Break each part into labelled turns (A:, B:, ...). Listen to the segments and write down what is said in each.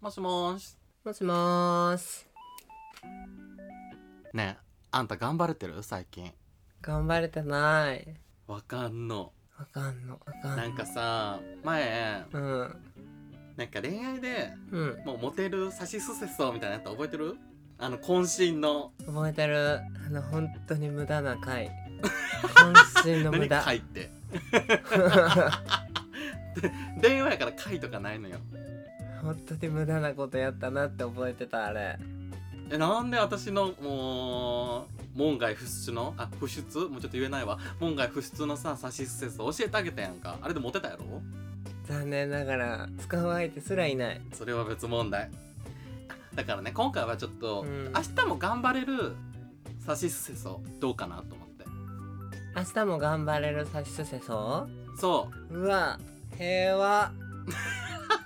A: もしもーし。
B: もしもーし。
A: ねえ、あんた頑張れてる最近。
B: 頑張れてない。
A: わかんの。
B: わかんの、わかんの。
A: なんかさ、前、
B: うん。
A: なんか恋愛で、
B: うん。
A: もうモテるサシスセソみたいなやつ覚えてるあの、渾身の。
B: 覚えてる。あの、本当に無駄な 回。渾身の無
A: 何
B: 駄。
A: 書いって。電話やから書いとかないのよ。
B: 本当に無駄なことやったなって覚えてた、あれ。
A: え、なんで私の、もう、門外不出の、あ、不出もうちょっと言えないわ。門外不出のさ、サシスセソ教えてあげたやんか。あれでモテたやろ
B: 残念ながら、使う相手すらいない。
A: それは別問題だからね今回はちょっと、
B: うん
A: 明日も頑張れるサシスセソどうかなと思って
B: 明日も頑張れる差しすせそ
A: そう
B: うわ、平和。
A: う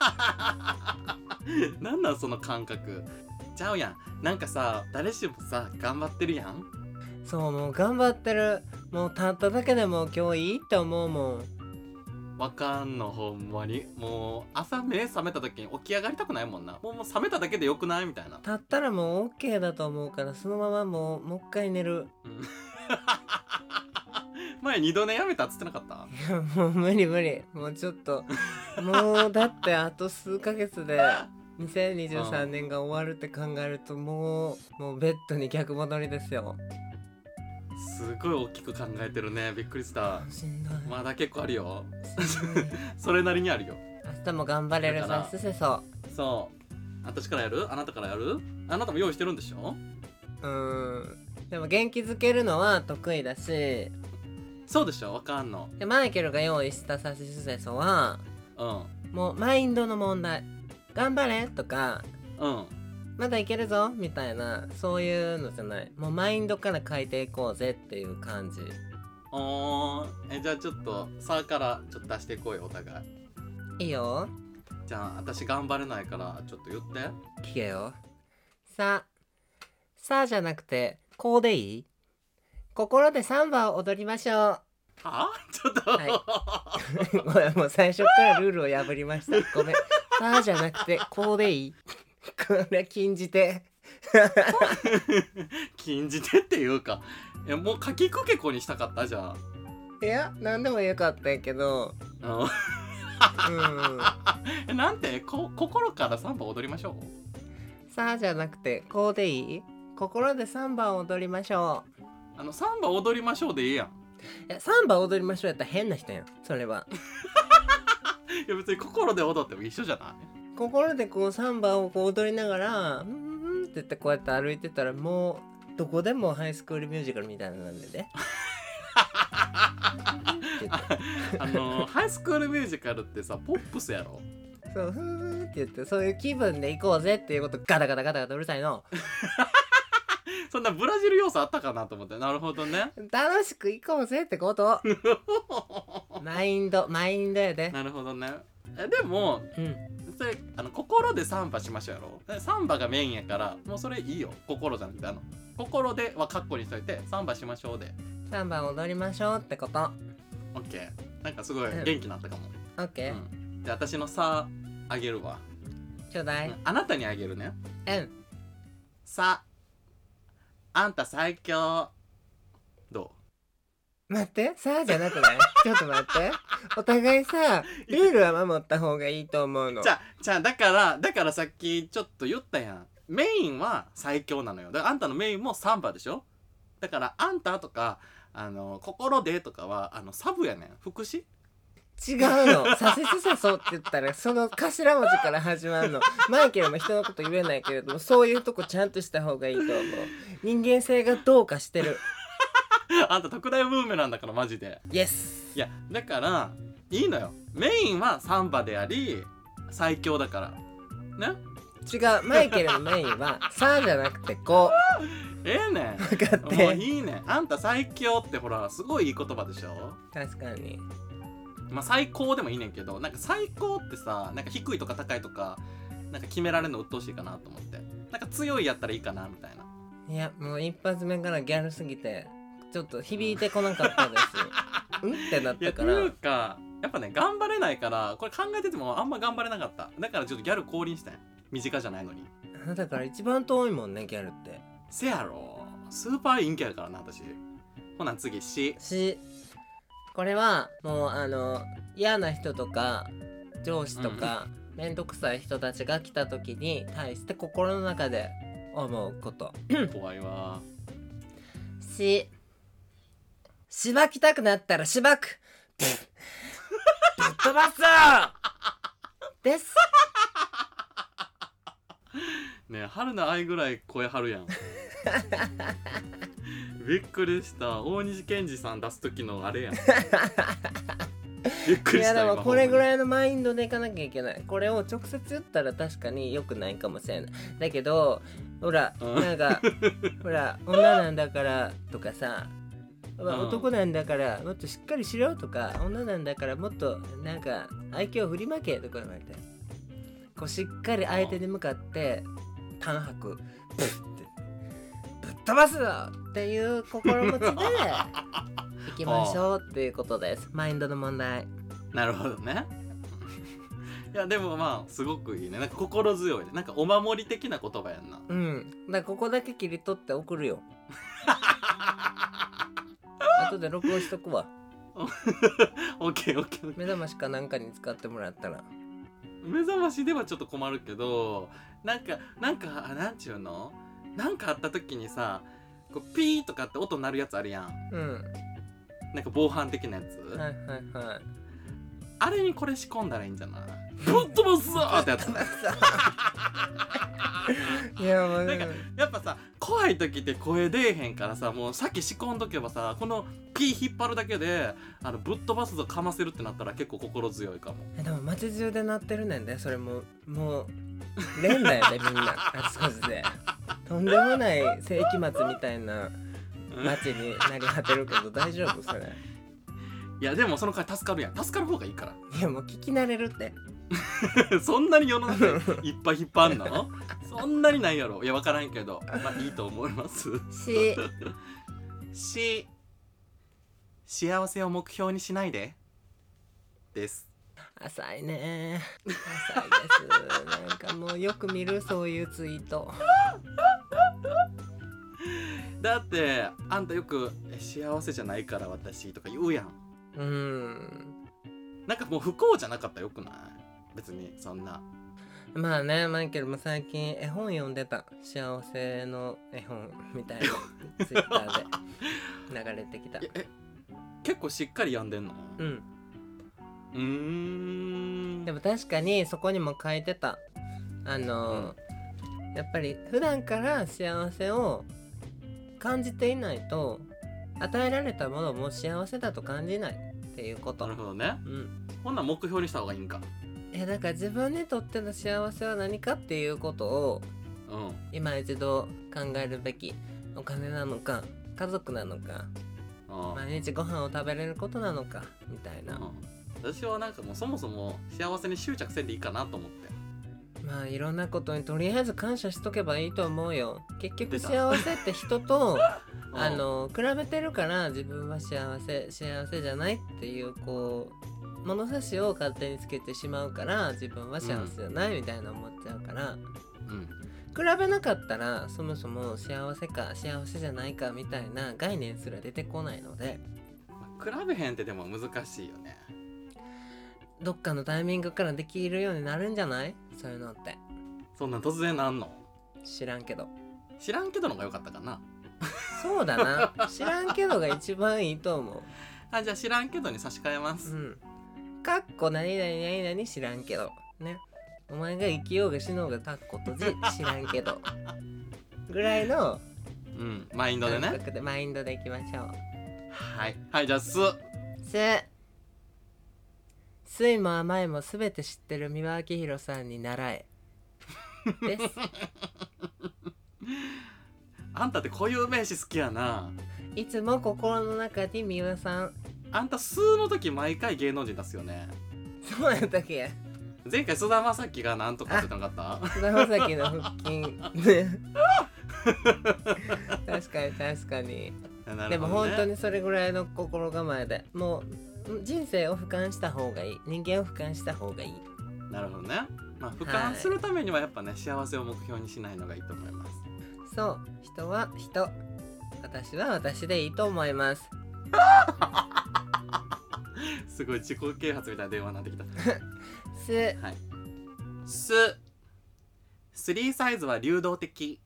A: なんなんその感覚ちゃうやんなんかさ誰しもさ頑張ってるやん
B: そう、もう頑張ってる。もうたっただけでも今日いいって思うもん。
A: わかんのほんまにもう朝目覚めた時に起き上がりたくないもんなもうもう覚めただけでよくないみたいな
B: たったらもう OK だと思うから、そのままもう、もう一回寝る。
A: うん前二度寝やめたっつってなかった
B: いや もう無理無理もうちょっともうだってあと数ヶ月で2023年が終わるって考えるともうもうベッドに逆戻りですよ
A: すごい大きく考えてるねびっくりした
B: しんどい、
A: まだ結構あるよ
B: しんどい
A: それなりにあるよ
B: 明日も頑張れる
A: だから
B: さすせそ
A: そう私からやるあなたからやるあなたも用意してるんでしょ
B: ううんでも元気づけるのは得意だしで
A: そうでしょわかんの
B: マイケルが用意したさすせそは
A: うん
B: もうマインドの問題頑張れとか
A: うん
B: まだいけるぞみたいなそういうのじゃないもうマインドから変えていこうぜっていう感じ
A: おーえじゃあちょっとさからちょっと出していこうよお互い
B: いいよ
A: じゃあ私頑張れないからちょっと言って
B: 聞けよささあじゃなくてこうでいい心でサンバを踊りましょ
A: はあちょっと、
B: う ごめんもう最初からルールを破りましたごめんさあじゃなくてこうでいいこれ禁じて
A: 禁じてっていうかえもうかきくけこにしたかったじゃ
B: いや何でもよかったんやけど
A: あ、うん、
B: うん
A: えなんてこ心からサンバ踊りましょう
B: さあじゃなくてこうでいい心でサンバを踊りましょう
A: あのサンバ踊りましょうでいいやん
B: いやサンバ踊りましょうやったら変な人やんそれはい
A: や別に心で踊っても一緒じゃない
B: 心でこうサンバをこう踊りながら「うんうんうん」って言ってこうやって歩いてたらもうどこでもハイスクールミュージカルみたいなのなんでね。 って言って
A: あのハイスクールミュージカルってさポップスやろ
B: そう「ふんふん」って言ってそういう気分で行こうぜっていうことガタガタガタガタうるさいの
A: そんなブラジル要素あったかなと思ってなるほどね
B: 楽しく行こうぜってこと マインドマインドやで
A: なるほどねえでも
B: うん
A: それあの心でサンバしましょうやろえサンバがメインやからもうそれいいよ心じゃなくてあの心ではカッコにしといてサンバしましょうで
B: サンバ踊りましょうってこと
A: オッケーなんかすごい元気になったかも、
B: オッケー
A: うん、で私の「さ」あげるわ、
B: ちょうだい
A: あなたにあげるね
B: うん
A: 「さ」あんた最強どう
B: 待ってさあじゃなくないちょっと待ってお互 いさルールは守った方がいいと思うの
A: じゃあ、じゃあ、だから、だからさっきちょっと言ったやん。メインは最強なのよ。だからあんたのメインもサンバでしょだから、あんたとか、あの、心でとかは、あの、サブやねん。副詞
B: 違うの「左折さそう」って言ったらその頭文字から始まるのマイケルも人のこと言えないけれどもそういうとこちゃんとした方がいいと思う人間性がどうかしてる
A: あんた特大ブーメランだから、マジで。
B: イエス
A: いや、だから、いいのよ。メインはサンバであり、最強だから。ね
B: 違うマイケルのメインは「さ」じゃなくて「こ
A: ええね
B: う」分かっ
A: ん。もう
B: て
A: いいねん。あんた最強ってほら、すごいいい言葉でしょ
B: 確かに
A: まあ、最高でもいいねんけどなんか最高ってさなんか低いとか高いとかなんか決められるの鬱陶しいかなと思ってなんか強いやったらいいかなみたいない
B: やもう一発目からギャルすぎてちょっと響いてこなかっ たですうんってなっ
A: いやって
B: たか
A: い
B: ら
A: うかやっぱね頑張れないからこれ考えててもあんま頑張れなかっただからちょっとギャル降臨したんや身近じゃないのに
B: あなたから一番遠いもんねギャルって
A: せやろスーパー陰キャやからな私ほな次 C
B: しこれはもうあの嫌な人とか上司とか面倒くさい人たちが来た時に対して心の中で思うこと
A: 怖いわ
B: ししばきたくなったらしばくぶっぶっ飛ばすです
A: ねえ春の愛ぐらい声張る やんびっくりした大西健二さん出す時のあれや んびっく
B: い
A: りし
B: や
A: た
B: でもこれぐ
A: い
B: らいのマインドでいかなきゃいけないこれを直接言ったら確かに良くないかもしれないだけどほら
A: うん
B: な んかほら女なんだからとかさほら
A: うん
B: 男なんだからもっとしっかりしろとか女なんだからもっとなんか愛嬌振りまけとか言われてこうしっかり相手に向かって短白ぶってぶっ飛ばすぞっていう心 持ちで行きましょうっていうことですマインドの問題
A: なるほどね いやでもまあすごくいいねなんか心強いねなんかお守り的な言葉やんな
B: うん。だからここだけ切り取って送るよ。 後で録音しとくわ。
A: オッケーオッケーオッケ
B: 目覚ましかなんかに使ってもらったら。
A: ー目覚ましではちょっと困るけどなんかなんかあなんちゅうのなんかあった時にさこうピーとかって音鳴るやつあるやん
B: うん。
A: なんか防犯的なやつ、
B: はいはいはい。
A: あれにこれ仕込んだらいいんじゃないぶっ飛ばすぞーってやつ
B: いやもう
A: なんか やっぱさ怖い時って声出えへんからさもうさっき仕込んどけばさこのピー引っ張るだけであのぶっ飛ばすぞかませるってなったら結構心強いかも
B: えでも街中で鳴ってるねんで、それももう連打や でみんなあちこちで。とんでもない世紀末みたいな街になり果てるけど大丈夫それ。
A: いやでもその回助かるやん助かる方がいいか
B: いやもう聞き慣れるって。
A: ら そんなに世の中 いっぱい引っ張んのそんなにないやろいやわからんけどまあいいと思います
B: し、
A: し幸せを目標にしないでです
B: 浅いね浅いですなんかもうよく見るそういうツイート
A: だってあんたよくえ「幸せじゃないから私」とか言うやん
B: うん
A: なんかもう不幸じゃなかったらよくない別にそんな
B: まあねマイケルも最近絵本読んでた幸せの絵本みたいなツイッターで流れてきた
A: いやえ結構しっかり病んでんの
B: う
A: うんーん
B: でも確かにそこにも書いてたあの、やっぱり普段から幸せを感じていないと与えられたものも幸せだと感じないっていうこと
A: なるほどね
B: うん
A: ほんなら目標にした方がいいんか
B: えだから自分にとっての幸せは何かっていうことを
A: うん
B: 今一度考えるべきお金なのか家族なのか
A: うん
B: 毎日ご飯を食べれることなのかみたいな、
A: うん私はなんかもうそもそも幸せに執着せんでいいかなと思って
B: まあいろんなことにとりあえず感謝しとけばいいと思うよ結局
A: 出た
B: 幸せって人 と
A: うん
B: あの比べてるから自分は幸せ幸せじゃないっていうこう物差しを勝手につけてしまうから自分は幸せじゃないみたいな思っちゃうから、
A: うん
B: 比べなかったらそもそも幸せか幸せじゃないかみたいな概念すら出てこないので
A: まあ比べへんってでも難しいよね
B: どっかのタイミングからできるようになるんじゃないそういうのって
A: そんなん突然なんの
B: 知らんけど
A: 知らんけどのが良かったかな
B: そうだな知らんけどが一番いいと思
A: あじゃあ知らんけどに差し替えま
B: う
A: す、
B: うんかっこ何々何々知らんけどねお前が生きようが死のうがかっこ閉じ知らんけどぐらいの
A: うん、マインドで
B: 感
A: ね
B: 覚でマインドでいきましょう
A: はいはいじゃあす
B: す酸いも甘いもすべて知ってる三輪明宏さんに習えです
A: あんたって固有名詞好きやない
B: つも心の中に三輪さん
A: あんたすの時毎回芸能人出すよね
B: そうやったっけ
A: 前回菅田将暉がなんとかって言ってなかっ
B: 菅田将暉の腹筋ね確かに確かに
A: た な
B: で
A: る
B: も
A: ほど
B: 本
A: ね
B: 当にそれぐらいの心構えでもう人生を俯瞰した方がいい人間を俯瞰した方がいい
A: なるほどねまあ俯瞰するためにはやっぱね幸せを目標にしないのがいいと思います
B: そう人は人私は私でいいと思います
A: すごい自己啓発みたいな電話になってき た
B: す
A: すスリーサイズは流動的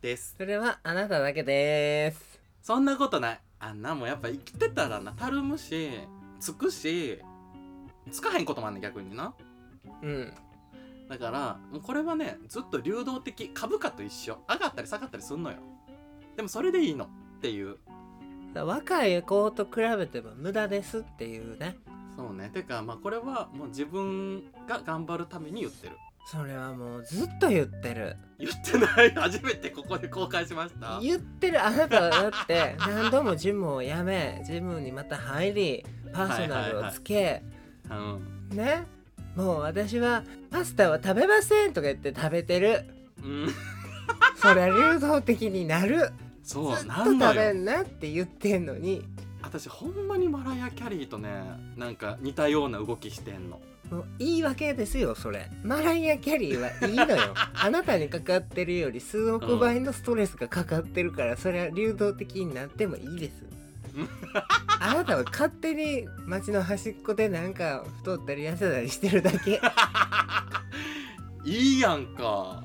A: です
B: それはあなただけです
A: そんなことないあんなもんやっぱ生きてたらなたるむしつくしつかへんこともあんねん逆にな
B: うん
A: だからもうこれはねずっと流動的株価と一緒上がったり下がったりすんのよでもそれでいいのっていう
B: 若い子と比べても無駄ですっていうね
A: そうねてかまあこれはもう自分が頑張るために言ってる
B: それはもうずっと言ってる
A: 言ってない 初めてここで公開しました
B: 言ってるあなたはだって何度もジムを辞めジムにまた入りパーソナルをつけ、
A: うん
B: ねもう私はパスタは食べませんとか言って食べてる
A: うん
B: それは流動的になる
A: そ
B: ず
A: う
B: っ
A: な
B: と
A: ん
B: 食
A: だ
B: べ
A: よ
B: んなって言ってんのに
A: 私ほんまにマライア・キャリーとねなんか似たような動きしてんの
B: もう言い訳ですよそれマライア・キャリーはいいのよあなたにかかってるより数億倍のストレスがかかってるからそれは流動的になってもいいですあなたは勝手に街の端っこでなんか太ったり痩せたりしてるだけ
A: いいやんか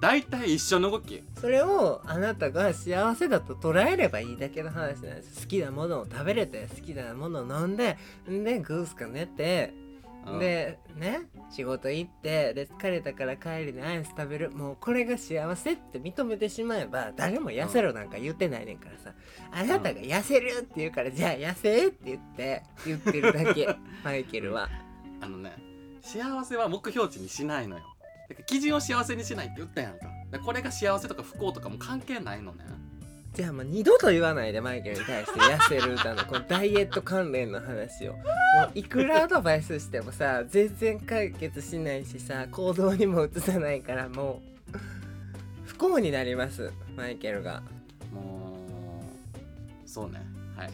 A: 大体一緒の動き
B: それをあなたが幸せだと捉えればいいだけの話なんです好きなものを食べれて好きなものを飲んでんでグースか寝て、
A: うん
B: でね仕事行ってで疲れたから帰りにアイス食べるもうこれが幸せって認めてしまえば誰も痩せろなんか言ってないねんからさ、あなたが痩せるって言うからじゃあ痩せって言って言ってる だけマイケルは
A: あのね幸せは目標値にしないのよだから基準を幸せにしないって言ったやんかだからこれが幸せとか不幸とかも関係ないのね
B: じゃあもう二度と言わないでマイケルに対して痩せる歌のこのダイエット関連の話をもういくらアドバイスしてもさ全然解決しないしさ行動にも移さないからもう不幸になりますマイケルが。
A: もうそうねはい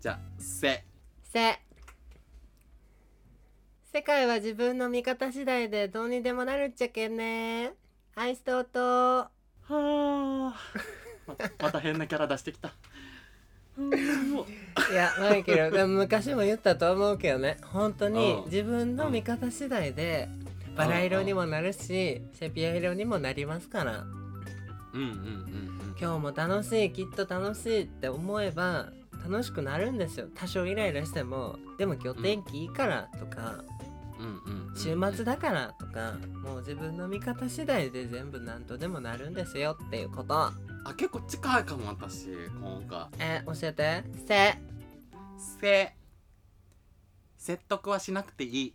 A: じゃあ「せ
B: せ世界は自分の味方次第でどうにでもなるっちゃけんねアイスとうとう」
A: はあま また変なキャラ出してきたうんもう
B: いやマイケルでも昔も言ったと思うけどね本当に
A: うん
B: 自分の味方次第でバラ色にもなるしセピア色にもなりますから
A: うんうんうん
B: 今日も楽しいきっと楽しいって思えば楽しくなるんですよ多少イライラしてもでも今日天気いいからとか
A: うんうんうんうん
B: 週末だからとかもう自分の味方次第で全部何とでもなるんですよっていうこと
A: あ結構近いかも私今回
B: え教えてせ
A: せ説得はしなくていい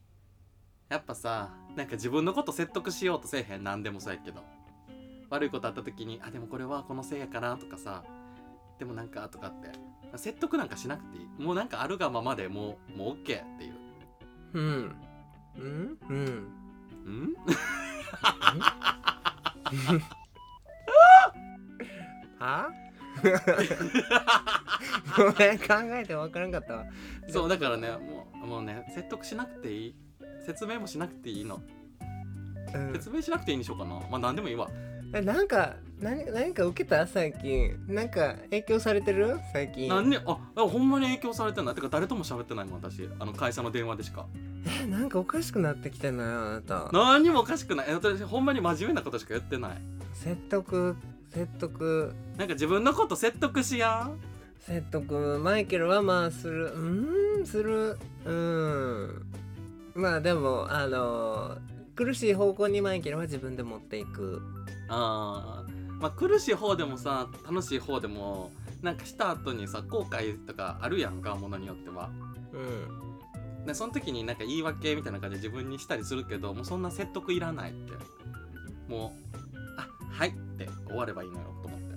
A: やっぱさなんか自分のこと説得しようとせえへん何でもそうやけど悪いことあった時に「あでもこれはこのせいやから」とかさ「でもなんか」とかって説得なんかしなくていいもうなんかあるがままでもうもう OK っていう
B: うんうんうん
A: ん
B: はごめん考えてわからんかったわ
A: そうだからねもうもうね説得しなくていい説明もしなくていいの
B: うん
A: 説明しなくていいんでしょうかなまあ何でもいいわ
B: えなんか何何か受けた最近なんか影響されてる最近
A: 何にあでもほんまに影響されてないてか誰とも喋ってないもん私あの会社の電話でしか
B: えなんかおかしくなってきたなあなた
A: 何にもおかしくないえ私ほんまに真面目なことしか言ってない
B: 説得説得
A: なんか自分のこと説得しやん
B: 説得マイケルはまあするうーんするうーんまあでもあの苦しい方向にマイケルは自分で持っていく
A: あーまあ苦しい方でもさ楽しい方でもなんかした後にさ後悔とかあるやんかものによっては
B: うん
A: でその時になんか言い訳みたいな感じで自分にしたりするけどもうそんな説得いらないってもうあはいって終わればいいのよと思って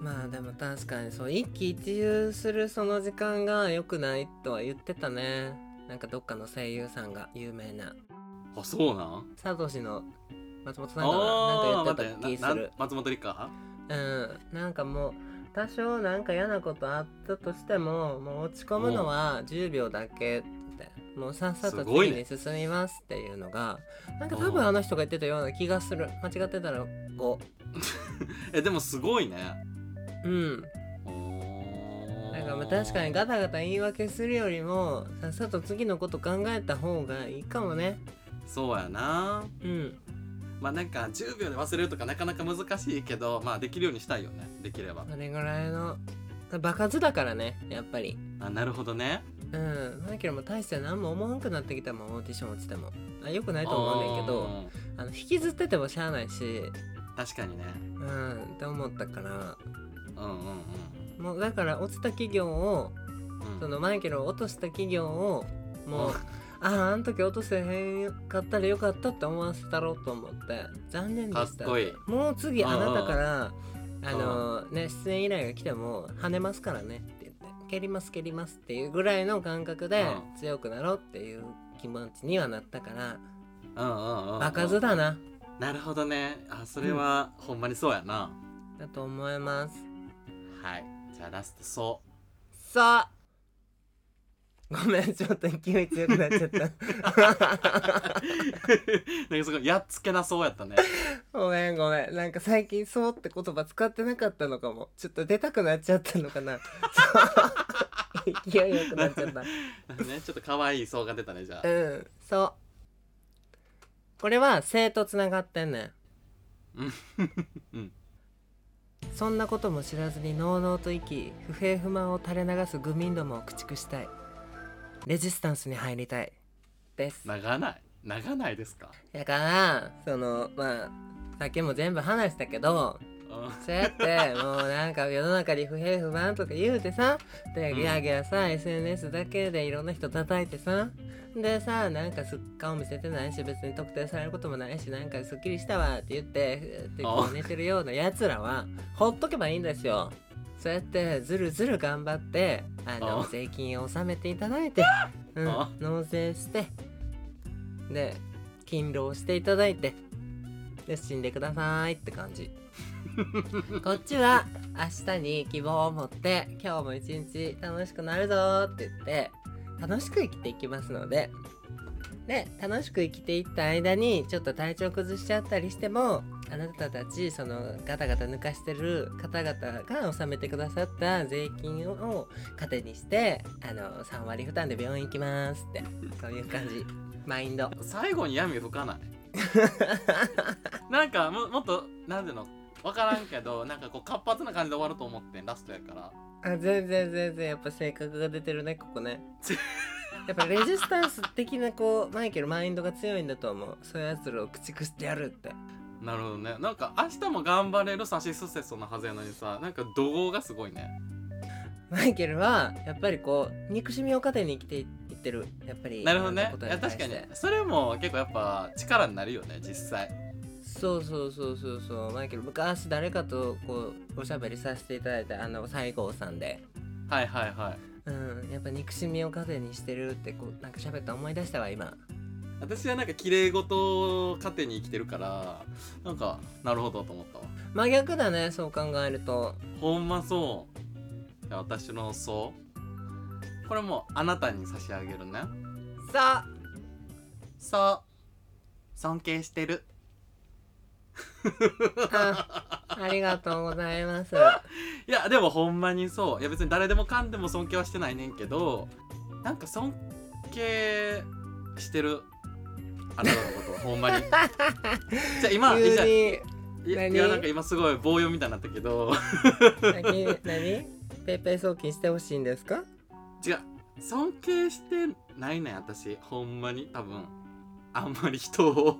B: まあでも確かにそう一喜一憂するその時間が良くないとは言ってたねなんかどっかの声優さんが有名な
A: あそうなん
B: サトシの松本さんかな
A: あ
B: な
A: ー
B: ん
A: 待
B: か言ってた
A: っ
B: 気
A: てな
B: す
A: な
B: る
A: 松本理香
B: うんなんかもう多少なんか嫌なことあったとしてももう落ち込むのは10秒だけって、もうさっさと
A: すごい
B: 次
A: ね
B: に進みますっていうのが、なんか
A: うん
B: 多分あの人が言ってたような気がする間違ってたらこ
A: えでもすごいね
B: ううん
A: な
B: なんかまあ確かにガタガタ言い訳するよりもさっさと次のこと考えた方がいいかもね
A: そうやな
B: うん
A: まあなんか10秒で忘れるとかなかなか難しいけどまあできるようにしたいよねできれば
B: それぐらいの場数だからねやっぱり
A: あなるほどね
B: うんマイケルも大して何も思わんくなってきたもんオーディション落ちてもあよくないと思うねんけどあの引きずっててもしゃあないし
A: あー確かにね
B: うんって思ったから
A: うんうん
B: もうだから落ちた企業を
A: うん
B: そ
A: うん
B: のマイケルを落とした企業をもう
A: うん
B: あああの時落とせへんかったらよかったって思わせたろうと思って残念で
A: かっ
B: した
A: こいい
B: もう次あなたから
A: ん
B: あのね出演依頼が来ても跳ねますからねって言って蹴ります蹴りますっていうぐらいの感覚で
A: う
B: 強くなろうっていう気持ちにはなったから
A: うんうんうんうん
B: 場数だな
A: なるほどねあそれはほんまにそうやな、
B: だと思います
A: はいじゃあラストそ
B: さあごめんちょっと勢い強くなっちゃった
A: う なんかすごいやっつけなそうやったね
B: ごめんごめんなんか最近「そう」って言葉使ってなかったのかもちょっと出たくなっちゃったのかなそう勢いよくなっちゃっ
A: な
B: た
A: んかねちょっと可愛いそうが出たねじゃ
B: う
A: あ
B: んそうこれは生とつながってんねん
A: うん
B: そんなことも知らずにのうのうと生き不平不満を垂れ流す愚民どもを駆逐したいレジスタンスに入りたいです
A: 長ない長ないですか
B: だからそのまあさっきも全部話したけど
A: うん
B: そうやってもうなんか世の中に不平不満とか言うてさで
A: うん
B: ギャーギャーさ SNS だけでいろんな人叩いてさでさなんかすっ顔見せてないし別に特定されることもないしなんかすっきりしたわって言ってふーってこう寝てるようなやつらはほっとけばいいんですよ。そうやってずるずる頑張ってあの
A: あ
B: 税金を納めていただいて、うん
A: あ、
B: 納税してで勤労していただいてで死んでくださいって感じこっちは明日に希望を持って今日も一日楽しくなるぞーって言って楽しく生きていきますのでで楽しく生きていった間にちょっと体調崩しちゃったりしてもあなたたちそのガタガタ抜かしてる方々が納めてくださった税金を糧にしてあの3割負担で病院行きますってそういう感じマインド
A: 最後に闇吹か ないなんかももっとなんていうの分からんけどなんかこう活発な感じで終わると思ってんラストやから
B: あ全然全然やっぱ性格が出てるねここね やっぱレジスタンス的なこうマイケルマインドが強いんだと思うそういうやつらを駆逐してやるって
A: なるほどねなんか明日も頑張れるさしすせそなはずやのにさなんか怒号がすごいね
B: マイケルはやっぱりこう憎しみを糧に生きていってるやっぱり
A: なるほどね
B: いろん
A: い
B: な
A: や
B: こと
A: 確
B: 対
A: か
B: し
A: に
B: て
A: それも結構やっぱ力になるよね実際
B: そうそうそうそうそうマイケル昔誰かとこうおしゃべりさせていただいたあの西郷さんで
A: はいはいはい
B: うんやっぱ憎しみを糧にしてるってこうなんか喋った思い出したわ今
A: 私はなんか綺麗事を糧に生きてるからなんかなるほどと思ったわ
B: 真逆だねそう考えると
A: ほんまそうじゃあ私のそうこれもうあなたに差し上げるね
B: さあ
A: そう尊敬してる
B: あありがとうござい ます。
A: いやでもほんまにそういや別に誰でもかんでも尊敬はしてないねんけどなんか尊敬してるあなたのこと ほんまにじゃあ今
B: 急
A: じゃあい
B: に
A: や
B: 何
A: いやなんか今すごい棒読みたいになったけど
B: 何何ペイペイ送金してほしいんですか？
A: 違う尊敬してないねん私ほんまに多分あんまり人を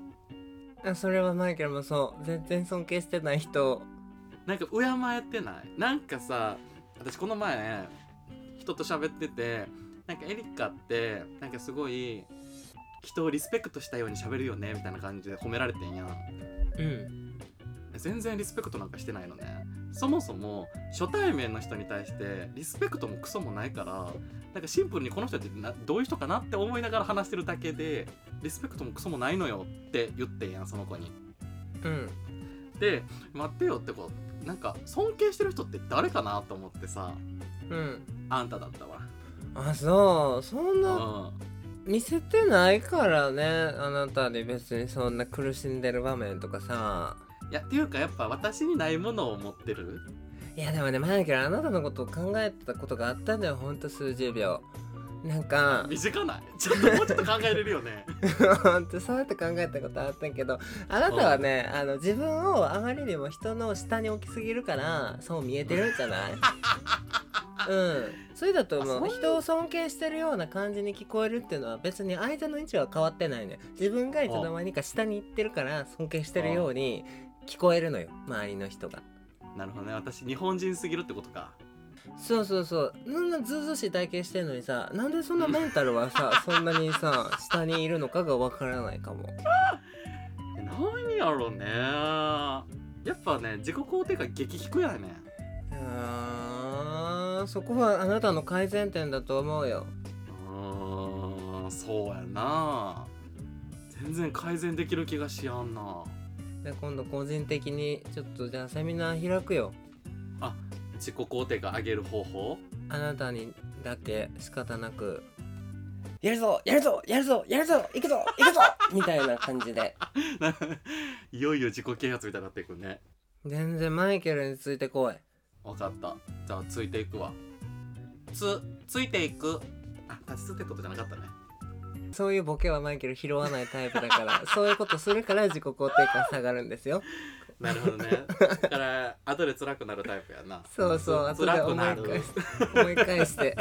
B: あそれはマイケルもそう全然尊敬してない人。
A: なんか敬えてないなんかさ私この前人と喋っててなんかエリカってなんかすごい人をリスペクトしたように喋るよねみたいな感じで褒められてんやん
B: うん
A: 全然リスペクトなんかしてないのねそもそも初対面の人に対してリスペクトもクソもないからなんかシンプルにこの人ってなどういう人かなって思いながら話してるだけでリスペクトもクソもないのよって言ってんやんその子に
B: うん
A: で待ってよってこうなんか尊敬してる人って誰かなと思ってさ
B: うん。
A: あんただったわ
B: あそうそんな
A: う
B: 見せてないからねあなたに別にそんな苦しんでる場面とかさ
A: いやっていうかやっぱ私にないものを持ってる
B: いやでもね前からあなたのことを考えてたことがあったんだよほんと数十秒なんか
A: 短ないちょっともうちょっと考えれるよね
B: ほんとそうやって考えたことあったけどあなたはねあの自分をあまりにも人の下に置きすぎるからそう見えてるんじ ゃないうんそれだと思
A: あそうう
B: 人を尊敬してるような感じに聞こえるっていうのは別に相手の位置は変わってないのよ自分がいつの間にか下に行ってるから尊敬してるように聞こえるのよ周りの人が。
A: なるほどね私日本人すぎるってことか
B: そうそうそうそんなずうずうしい体験してんのにさなんでそんなメンタルはさそんなにさ下にいるのかがわからないかも
A: え何やろうねやっぱね自己肯定感激低やね
B: うーんそこはあなたの改善点だと思うよ
A: うーんそうやな全然改善できる気がしやんな
B: で今度個人的にちょっとじゃあセミナー開くよ
A: 自己肯定感上げる方法
B: あなたにだけ仕方なくやるぞやるぞやるぞやるぞ行くぞ行くぞ みたいな感じで
A: ないよいよ自己啓発みたいになっていくね
B: 全然マイケルについてこい
A: わかったじゃあついていくわつついていくあ立ちつってことじゃなかったね
B: そういうボケはマイケル拾わないタイプだからそういうことするから自己肯定感下がるんですよ
A: なるほどね だから後で辛くなるタイプやな
B: そうそう
A: つ
B: 後で
A: 辛く
B: 思い
A: な
B: 返
A: る
B: す思い返して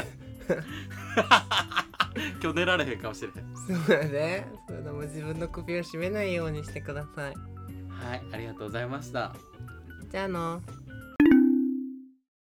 A: 今日寝られへんかもしれへん
B: そうだねそれでも自分の首を絞めないようにしてください
A: はいありがとうございました
B: じゃあの